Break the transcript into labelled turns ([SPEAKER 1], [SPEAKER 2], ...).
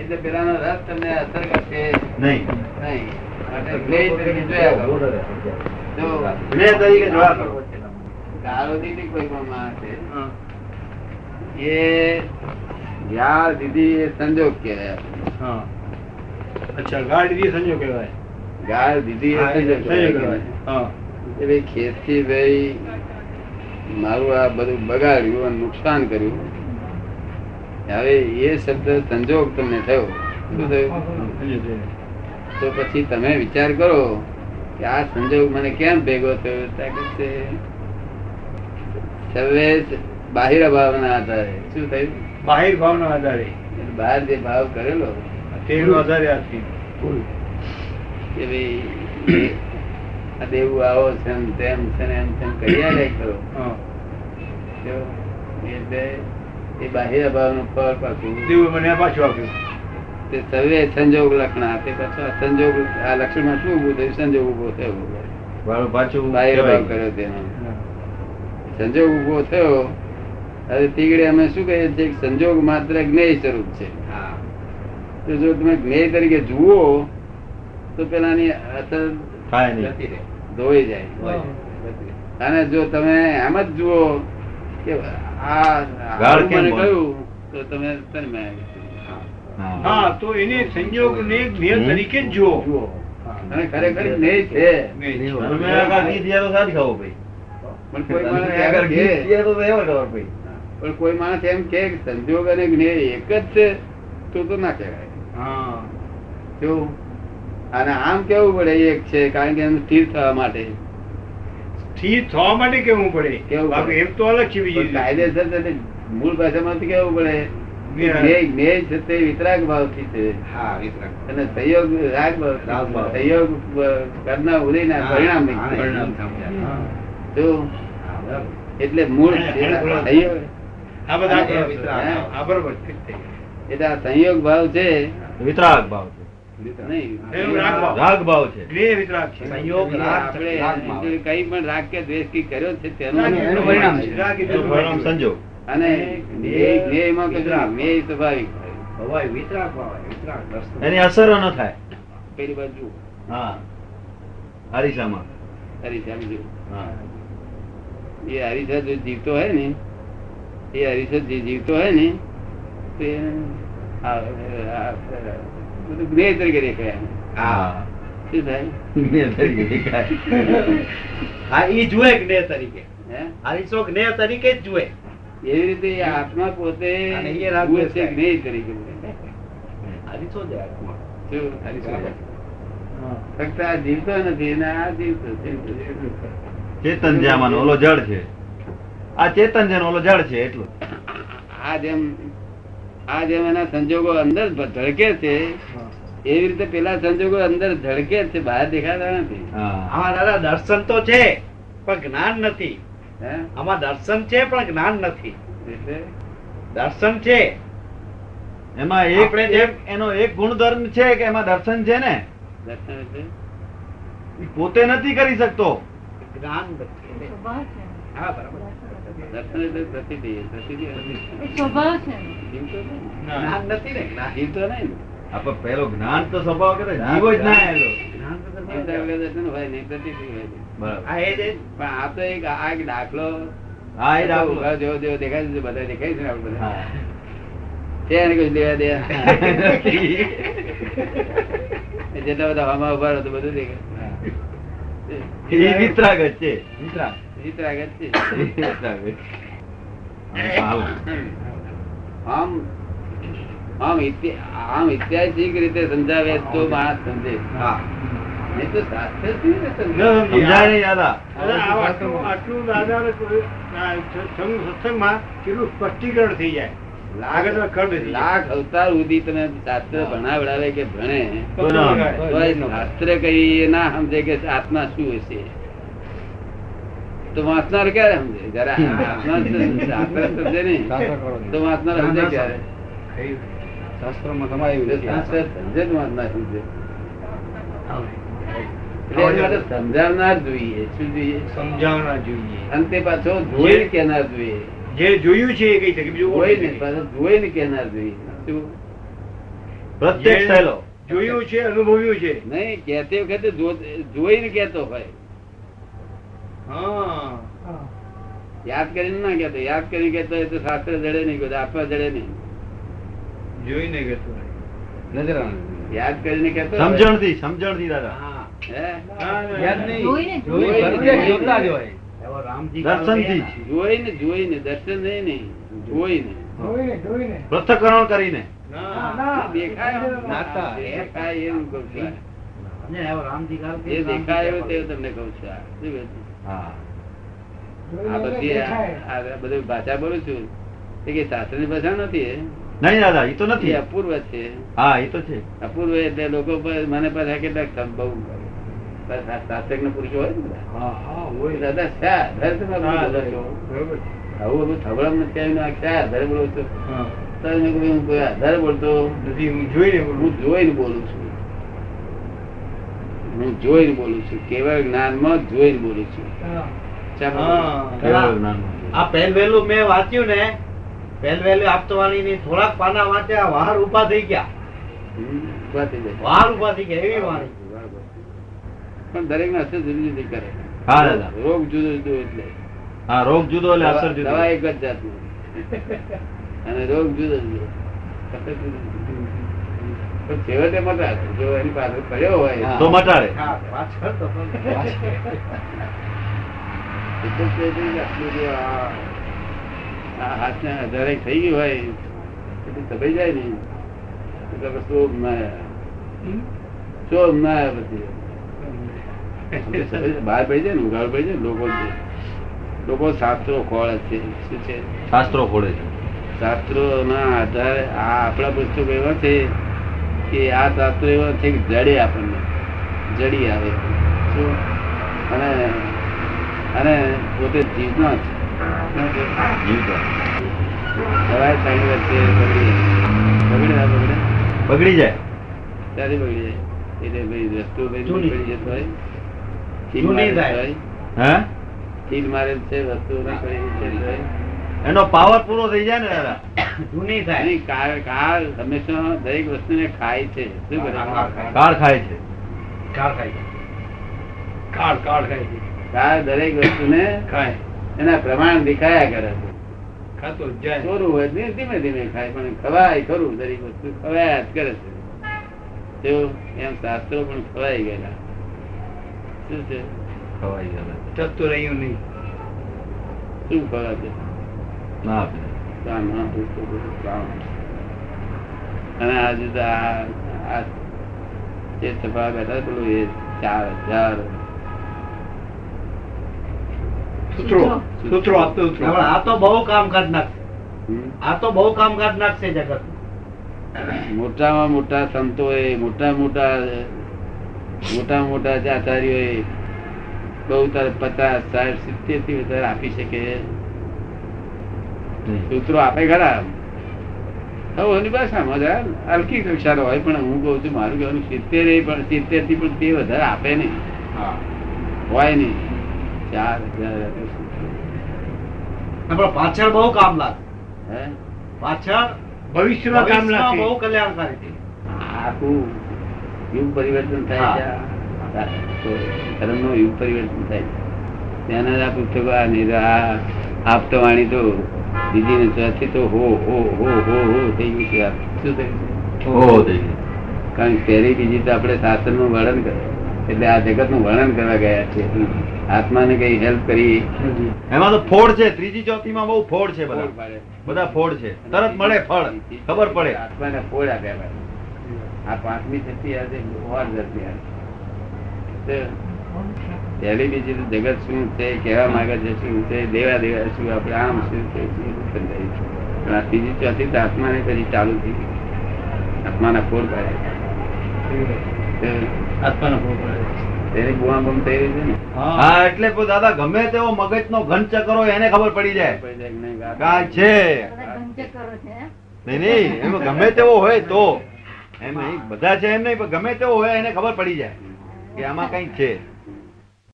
[SPEAKER 1] એટલે પેલાનો રસ તમને અસર કરશે
[SPEAKER 2] નહીં
[SPEAKER 1] નહીં અને જ્ઞેય તરીકે જોયા કરો. જો
[SPEAKER 2] જ્ઞેય તરીકે જોયા કરો.
[SPEAKER 1] દારૂદી બી કોઈ પણ માણસ છે એ જ્યાં દીધી એ સંજોગ કહેવાય
[SPEAKER 3] હા અચ્છા ગાઢ સંજો કહેવાય
[SPEAKER 1] ગાળ દીધી એ સંજોગ કહેવાય.
[SPEAKER 3] હા
[SPEAKER 1] એ ભાઈ ખેતી ભાઈ મારું આ બધું બગાડ્યું અને નુકસાન કર્યું હવે એ શબ્દ સંજોગ તમને થયો શું થયું
[SPEAKER 3] સમજો છે.
[SPEAKER 1] તો પછી તમે વિચાર કરો કે આ સંજોગ મને કેમ ભેગો થયો ત્યાં કે છે સર્વે જ બાહિર ભાવના આધારે શું થયું
[SPEAKER 3] બાહિર ભાવના આધારે
[SPEAKER 1] એટલે બહાર જે ભાવ કરેલો
[SPEAKER 3] તેનો આધારે આ થયું.
[SPEAKER 1] કે ભાઈ આ દેવું આવો છે ને તેમ છે ને એમ છે ને કરી આલ્યા કરો
[SPEAKER 3] હા
[SPEAKER 1] જો, એટલે એ બાહિર ભાવનું ફળ પાછું
[SPEAKER 3] દેવું મને પાછું આપ્યું
[SPEAKER 1] તે સર્વે સંજોગ લખણા તે પાછું આ સંજોગ આ લક્ષણમાં શું ઉભું થયું સંજોગ ઉભો થયો
[SPEAKER 2] વાળું પાછું
[SPEAKER 1] બાહિર ભાવ
[SPEAKER 2] કહેવાય.
[SPEAKER 1] કર્યો તેનો સંજોગ ઉભો થયો હવે તીગડે અમે શું કહીએ છીએ કે સંજોગ માત્ર જ્ઞેય સ્વરૂપ છે
[SPEAKER 2] હા.
[SPEAKER 1] તો જો તમે જ્ઞેય તરીકે જુઓ તો પેલાની અસર
[SPEAKER 2] થાય નહીં
[SPEAKER 1] ધોઈ જાય અને જો તમે એમ જ જુઓ કે આ
[SPEAKER 2] ગાળ
[SPEAKER 1] આવું
[SPEAKER 2] કેમ
[SPEAKER 1] મને
[SPEAKER 2] બોલે?
[SPEAKER 1] કહ્યું તો તમે તન્મય
[SPEAKER 3] હા
[SPEAKER 2] હા
[SPEAKER 3] તો એને સંયોગને જ્ઞેય
[SPEAKER 2] હમ.
[SPEAKER 3] તરીકે જ જુઓ
[SPEAKER 1] જુઓ અને ખરેખર જ્ઞેય છે
[SPEAKER 3] જ્ઞેય.
[SPEAKER 2] તમે આ કાકી દિયારો સાથ ખાવો ભાઈ
[SPEAKER 1] પણ કોઈ માણસ
[SPEAKER 2] તમે આગળ
[SPEAKER 1] એમ
[SPEAKER 2] ઘી
[SPEAKER 1] કહે-
[SPEAKER 2] દિયારો તો એવા ખબર ભાઈ
[SPEAKER 1] પણ કોઈ માણસ એમ કહે કે સંજોગ અને જ્ઞેય એક જ છે તો તો ના કહેવાય
[SPEAKER 3] હા
[SPEAKER 1] કેવું અને આમ કેવું પડે એ એક છે કારણ કે એનું સ્થિર થવા માટે
[SPEAKER 3] સ્થિર થવા માટે કેવું પડે
[SPEAKER 1] કેવું પડે?
[SPEAKER 3] બાકી એમ તો અલગ છે બીજી
[SPEAKER 1] પણ કાયદેસર છે તે મૂળ ભાષામાં તો કેવું પડે
[SPEAKER 3] જ્ઞેય.
[SPEAKER 1] જ્ઞેય- જ્ઞેય છે તે વિતરાગ ભાવથી છે
[SPEAKER 2] હા વિતરાગ
[SPEAKER 1] અને સંયોગ રાગ ભાવથી
[SPEAKER 2] રાગ ભાવ.
[SPEAKER 1] છે. સંયોગ અ, કર્મના ઉદયના પરિણામ નહીં.
[SPEAKER 3] હા.
[SPEAKER 1] જો, એટલે મૂળ
[SPEAKER 3] હા,
[SPEAKER 1] છે.
[SPEAKER 3] હા, હા.
[SPEAKER 1] સંયોગ
[SPEAKER 3] આ બધા
[SPEAKER 1] અને
[SPEAKER 3] બરાબર
[SPEAKER 1] એ
[SPEAKER 3] છે.
[SPEAKER 1] વિતરાગ ભાવ.
[SPEAKER 3] આ બરાબર
[SPEAKER 1] એટલે
[SPEAKER 3] છે. થઈ ગયું.
[SPEAKER 1] આ સંયોગ ભાવ છે
[SPEAKER 2] વિતરાગ ભાવ છે
[SPEAKER 1] નહીં
[SPEAKER 3] સંયોગ રાગ ભાવ.
[SPEAKER 2] રાગ ભાવ છે
[SPEAKER 3] ગ્રે વિતરાગ છે.
[SPEAKER 2] સંયોગ રાગ
[SPEAKER 1] આપણે
[SPEAKER 2] રાગ ભાવ.
[SPEAKER 1] એટલે કઈ પણ રાગ કે દ્વેષ કે કર્યો છે તેનું
[SPEAKER 3] રાગ
[SPEAKER 2] એનું
[SPEAKER 3] એટલું
[SPEAKER 2] પરિણામ
[SPEAKER 3] પરિણામ છે. રાગ
[SPEAKER 2] છે. એનું
[SPEAKER 3] એટલું
[SPEAKER 2] પરિણામ
[SPEAKER 3] પરિણામ છે.
[SPEAKER 2] સંજોગ
[SPEAKER 1] અને જ્ઞેય- જ્ઞેયમાં કશું નહીં. જ્ઞેય સ્વાભાવિક
[SPEAKER 2] એની અસરો ન થાય
[SPEAKER 1] પેલી બાજુ જુઓ.
[SPEAKER 2] હા અરીસામાં
[SPEAKER 1] અરીસા માં જુઓ.
[SPEAKER 2] હા
[SPEAKER 1] એ અરીસા જો જીવતો હોય ને એ અરીસા જે જીવતો હોય ને તે આ- આ- બધું જ્ઞેય તરીકે દેખાય આમ.
[SPEAKER 2] હા
[SPEAKER 1] શું થાય
[SPEAKER 2] જ્ઞેય તરીકે દેખાય. હા ઈ જુએ જ્ઞેય તરીકે
[SPEAKER 1] હે?
[SPEAKER 2] અરીસો જ્ઞેય તરીકે જ જુએ
[SPEAKER 1] એવી રીતે એ આત્મા પોતે
[SPEAKER 2] અને એ રાગ
[SPEAKER 1] જુએ છે
[SPEAKER 2] દેખાય.
[SPEAKER 1] જ્ઞેય તરીકે બોલે.
[SPEAKER 2] અરીસો જ આત્મા.
[SPEAKER 1] શું?
[SPEAKER 3] હા.
[SPEAKER 1] ફક્ત આ જીવતો નથી અને આ જીવતો છે.
[SPEAKER 2] ચેતન છે આમાંનો, ઓલો જળ છે આ ચેતન છે ને ઓલો જળ છે એટલું
[SPEAKER 1] આ જેમ આ જેમ એના સંજોગો અંદર ધડકે છે એવી રીતે પેલા સંજોગો અંદર ધડકે છે બહાર દેખાતા નથી
[SPEAKER 2] હા
[SPEAKER 4] આમાં દાદા દર્શન તો છે પણ જ્ઞાન નથી
[SPEAKER 1] હે?
[SPEAKER 4] આમાં દર્શન છે પણ જ્ઞાન નથી
[SPEAKER 1] એટલે
[SPEAKER 4] દર્શન છે
[SPEAKER 2] એમાં એક
[SPEAKER 4] આપણે જેમ-
[SPEAKER 2] એક- એનો એક ગુણધર્મ છે કે એમાં દર્શન છે ને
[SPEAKER 1] દર્શન એટલે
[SPEAKER 2] ઈ પોતે નથી કરી શકતો
[SPEAKER 4] જ્ઞાન નથી
[SPEAKER 5] સ્વભાવ છે
[SPEAKER 4] હા બરાબર
[SPEAKER 1] દર્શન એટલે પ્રતિથી. પ્રતિથી
[SPEAKER 5] એ સ્વભાવ છે ને.
[SPEAKER 1] જીવતો નહીં.
[SPEAKER 3] ના.
[SPEAKER 4] જ્ઞાન નથી ને જ્ઞાન
[SPEAKER 1] જીવતો નહીં
[SPEAKER 2] આપણે પેલો જ્ઞાન તો સ્વભાવ કરે જીવો જ ના આવેલો.
[SPEAKER 4] જ્ઞાન વગર
[SPEAKER 1] ને.
[SPEAKER 4] ના
[SPEAKER 1] જીવતા
[SPEAKER 4] જાય.
[SPEAKER 1] વગર દર્શન હોય નહીં પ્રતિથી હોય નહીં.
[SPEAKER 2] બરાબર
[SPEAKER 4] આ એ જે
[SPEAKER 1] પણ આ તો એક આ એક દાખલો
[SPEAKER 2] હા એ રાખો.
[SPEAKER 1] ઉભા જેવો જેવો દેખાય છે બધા દેખાય છે ને આપણે બધા
[SPEAKER 2] હા.
[SPEAKER 1] તેને કશું લેવા દેવા જેટલા બધા હવામાં ઉભા રહો તો બધું દેખાય
[SPEAKER 2] એ વિતરાગ જ છે
[SPEAKER 4] વિતરાગ.
[SPEAKER 1] જીત આગળ છે
[SPEAKER 2] એ વિતરાગ જ છે. હા, આવો.
[SPEAKER 1] આમ આમ ઇતિ- આમ ઐતિહાસિક રીતે સમજાવે તો માણસ સમજે
[SPEAKER 2] હા.
[SPEAKER 1] નહીં તો શાસ્ત્ર કેવી રીતે સમજે?
[SPEAKER 3] ન સમજી.
[SPEAKER 2] સમજાય નહીં દાદા
[SPEAKER 3] દાદા, આ આટલું- આટલું દાદાને કોઈ- આ સંઘ- સત્સંગમાં કેટલું સ્પષ્ટીકરણ થઈ જાય આગળના
[SPEAKER 1] લાખ
[SPEAKER 3] ખંડ છે.
[SPEAKER 1] લાખ અવતાર સુધી તમે શાસ્ત્ર ભણાવડાવે કે ભણે
[SPEAKER 2] કોઈ ના સમજાય.
[SPEAKER 1] તો એ શાસ્ત્ર કઈ એ ના સમજે કે આત્મા શું હશે તો વાંચનાર ક્યારે સમજે જયારે આત્મા સ- શાસ્ત્ર સમજે નહીં તો વાંચનાર સમજે ક્યારે તો શાસ્ત્ર સમજે જ વાંચનાર સમજે એટલે એની માટે સમજાવનાર જોઈએ શું જોઈએ
[SPEAKER 3] સમજાવના જોઈએ
[SPEAKER 1] અને તે પાછો જોઈને કહેનાર જોઈએ
[SPEAKER 3] જે જોયું છે એ કહી શકે બીજું કોઈ
[SPEAKER 1] જોઈને
[SPEAKER 3] નહીં.
[SPEAKER 1] પાછો જોઈને કહેનાર જોઈએ શું
[SPEAKER 2] પ્રત્યેક સહેલો
[SPEAKER 3] જોયું છે અનુભવ્યું છે
[SPEAKER 1] નહીં કહેતી વખતે જો- જોઈને કહેતો હોય
[SPEAKER 3] હા
[SPEAKER 1] યાદ કરીને ના કહેતો યાદ કરીને કહેતો હોય તો શાસ્ત્ર જડે નહીં કોઈ આત્મા જડે નહીં
[SPEAKER 3] જોઈને કહેતો હોય.
[SPEAKER 1] યાદ કરીને કહેતો હોય.
[SPEAKER 2] સમજણથી સમજણથી દાદા
[SPEAKER 4] હા
[SPEAKER 1] હે?
[SPEAKER 3] ના, ના,
[SPEAKER 4] યાદ
[SPEAKER 3] ના.
[SPEAKER 4] નહીં.
[SPEAKER 5] જોઈને
[SPEAKER 1] જોઈને,
[SPEAKER 5] જોઈને.
[SPEAKER 1] જોતા જ
[SPEAKER 4] હોય. એવો રામજી
[SPEAKER 2] દર્શનથી જ.
[SPEAKER 1] જોઈને જોઈને દર્શન નહીં નહીં જોઈને
[SPEAKER 2] પૃથ્થકરણ કરીને
[SPEAKER 3] ના.
[SPEAKER 1] દેખાય એમ?
[SPEAKER 4] નાતા.
[SPEAKER 1] દેખાય એમ કહું છું આ.
[SPEAKER 4] ને એવો રામજી કાલ કે
[SPEAKER 1] જે દેખાય એવું
[SPEAKER 4] રામજી
[SPEAKER 1] તે તમને કહું છું આ. શું કહું છું?
[SPEAKER 2] હા
[SPEAKER 1] આ બધી આ આ બધી ભાષા બોલું છું એ કે શાસ્ત્રની ભાષા નથી એ.
[SPEAKER 2] નહીં દાદા એ તો
[SPEAKER 1] એ
[SPEAKER 2] નથી
[SPEAKER 1] અપૂર્વ છે
[SPEAKER 2] હા એ તો છે
[SPEAKER 1] અપૂર્વ એટલે લોકો પર- મને પાછા કેટલાક સંભવ શાસ્ત્રક ના પુરુષો હોય ને બધા.
[SPEAKER 4] હા હા
[SPEAKER 1] કોઈ
[SPEAKER 4] હોય
[SPEAKER 1] દાદા શા આધારે તમે આવું
[SPEAKER 3] હા,
[SPEAKER 1] બોલો છો?
[SPEAKER 3] બરોબર છે.
[SPEAKER 1] આવું બધું થબડામ નથી આવ્યું આ શા આધારે બોલો છો?
[SPEAKER 3] હા.
[SPEAKER 1] તો એને કહ્યું, હું કોઈ આધારે બોલતો
[SPEAKER 3] નથી હું જોઈને બોલું
[SPEAKER 1] હું
[SPEAKER 3] છું.
[SPEAKER 1] જોઈને બોલું છું હું જોઈને બોલું છું કેવળ જ્ઞાનમાં જોઈને બોલું છું શા માટે?
[SPEAKER 3] હા.
[SPEAKER 2] કેવળ જ્ઞાનમાં.
[SPEAKER 4] આ પહેલવેલું મેં વાંચ્યું ને પહેલવેલું આપતવાણી ની થોડાક પાના વાંચ્યા વાર ઉભા થઈ ગયા
[SPEAKER 1] હમ, ઉભા થઈ જાય.
[SPEAKER 4] વાર ઉભા થઈ ગયા એવી વાણી
[SPEAKER 1] બરાબર. પણ દરેક ના અસર જુદી જુદી કરે
[SPEAKER 2] હા દાદા
[SPEAKER 1] રોગ જુદો જુદો એટલે
[SPEAKER 2] હા રોગ જુદો એટલે અસર
[SPEAKER 1] દવા
[SPEAKER 2] જુદો
[SPEAKER 1] દવા એક જ જાતની અને રોગ જુદો જુદો અસર જુદી જુદી. પણ છેવટે મટાડ. જો એની પાછળ પડ્યો હોય
[SPEAKER 2] તો મટાડે
[SPEAKER 4] હા પાછળ તો
[SPEAKER 1] એટલે તે જે આટલું જે આ- આ હાથને આધારે થઈ ગયું હોય એટલું દબાઈ જાય ને એટલે પછી શોભ ના આવે. શોભ ના આવે પછી. એટલે બહાર પડી જાય ને ઉઘાડ પડી જાય ને લોકો લોકો શાસ્ત્રો ખોળે છે શું છે
[SPEAKER 2] શાસ્ત્રો ખોડે છે
[SPEAKER 1] શાસ્ત્રોના આધારે આ આપણા પુસ્તકો એવા છે કે આ શાસ્ત્રો એવા છે કે જડે આપણને જડી આવે શું? અને અને પોતે જીવનો જ
[SPEAKER 2] જીવતો.
[SPEAKER 1] સવારે સાંજે વચ્ચે બગડી જાય. બગડે ના બગડે
[SPEAKER 2] બગડી જાય
[SPEAKER 1] ત્યારે બગડી જાય એટલે ભાઈ રસ્તો ભાઈ
[SPEAKER 4] જૂની.
[SPEAKER 1] નીકળી જતો હોય ચીલ
[SPEAKER 4] જૂની
[SPEAKER 1] મારેલ
[SPEAKER 4] થાય.
[SPEAKER 1] હોય.
[SPEAKER 2] હે
[SPEAKER 1] ચીલ મારેલ છે વસ્તુ નીકળી જતી હોય.
[SPEAKER 2] એનો પાવર પૂરો થઈ જાય ને દાદા
[SPEAKER 4] જૂની થાય
[SPEAKER 1] નહીં, કાળ કાળ હંમેશા દરેક વસ્તુને ખાય છે શું કરે
[SPEAKER 4] કાળ ખાય. કાળ
[SPEAKER 2] કાળ ખાય છે
[SPEAKER 4] ખાઈ જાય.
[SPEAKER 3] કાળ કાળ ખાય છે.
[SPEAKER 1] કાળ દરેક વસ્તુને
[SPEAKER 3] ખાય
[SPEAKER 1] એના પ્રમાણ દેખાયા કરે છે.
[SPEAKER 3] ખાતો જ જાય
[SPEAKER 1] ચોરું હોય ધીમે ધીમે ધીમે ખાય પણ ખવાય ખરું દરેક વસ્તુ ખવાયા જ કરે છે તેઓ એમ શાસ્ત્રો પણ ખવાઈ ગયેલા શું છે
[SPEAKER 2] ખવાઈ ગયા દાદા.
[SPEAKER 3] ચકતો રહ્યું નહીં
[SPEAKER 1] શું ખવાશે
[SPEAKER 2] ના આપે.
[SPEAKER 1] કામ, હા, પુસ્તકો, કામ. અને આજે તો આ આ જે સભા બેઠા છે, પેલું એ ચાર હજાર
[SPEAKER 3] સૂત્રો સૂત્રો આપતો સૂત્રો.
[SPEAKER 4] હવે આ તો બહુ કામકાજ નાખશે
[SPEAKER 1] હમ?
[SPEAKER 4] આ તો બહુ કામકાજ નાખશે જગત
[SPEAKER 1] મોટામાં મોટા સંતોએ મોટા મોટા મોટા મોટા જે આચાર્યોએ બહુ તારે પચાસ સાઠ સિત્તેર થી વધારે આપી શકે
[SPEAKER 2] નહીં.
[SPEAKER 1] સૂત્રો આપે ખરા હવે એની ભાષામાં જરા હલકી કક્ષાનો હોય પણ હું કહું છું મારું કહેવાનું સિત્તેર પણ સિત્તેર થી પણ તે વધારે આપે નહીં હોય નહીં ચાર હજાર આપે સૂત્રો.
[SPEAKER 4] આપણે પાછળ બહુ કામ લાગશે
[SPEAKER 1] હે
[SPEAKER 4] પાછળ
[SPEAKER 3] ભવિષ્યમાં કામ
[SPEAKER 4] ભવિષ્યમાં
[SPEAKER 3] લાગશે
[SPEAKER 4] બહુ કલ્યાણકારી છે.
[SPEAKER 1] આખું યુગ પરિવર્તન થાય છે આ ધર્મનું યુગ પરિવર્તન થાય છે ત્યાંના જ આ પુસ્તકો આ નિરા- આ આપતવાણી તો બીજી ને ચોથી તો હો હો હો હો હો થઈ ગયું છે આ. શું થયું છે?
[SPEAKER 2] ઓહો, થઈ ગયું.
[SPEAKER 1] કારણ કે પહેલી બીજી તો આપણે શાસ્ત્રનું વર્ણન કર એટલે આ જગતનું વર્ણન કરવા ગયા છે આત્માને કઈ હેલ્પ કરી
[SPEAKER 2] એમાં તો ફોડ છે ત્રીજી ચોથી માં બહુ ફોડ છે બધા બધા ફોડ છે તરત મળે ફળ ખબર પડે
[SPEAKER 1] આત્માને ફોડ આપ્યા ભાઈ. આ પાંચમી છઠ્ઠી આજે ઓર જતી આવે. પહેલી બીજી તો જગત શું છે કેવા માંગે છે શું છે દેવા દેવા શું આપણે આમ શું છે શું સમજાય છે. પણ આ ત્રીજી ચોથી તો આત્માને પછી ચાલુ થઈ ગઈ. આત્માના ફોડ પાડ્યા. તો તેની બુઆ બમ થઈ રહી છે ને
[SPEAKER 2] હા એટલે કોઈ દાદા ગમે તેવો મગજનો ઘન ચક્કર હોય એને ખબર પડી જાય
[SPEAKER 1] પછી જાય કે નહીં, આ
[SPEAKER 2] કાળ છે
[SPEAKER 5] બધા ધંધે કરો છે એમ?
[SPEAKER 2] નહીં નહીં એમાં ગમે તેવો હોય તો એમ નહીં બધા છે એમ નહીં પણ ગમે તેવો હોય એને ખબર પડી જાય કે આમાં કંઈક છે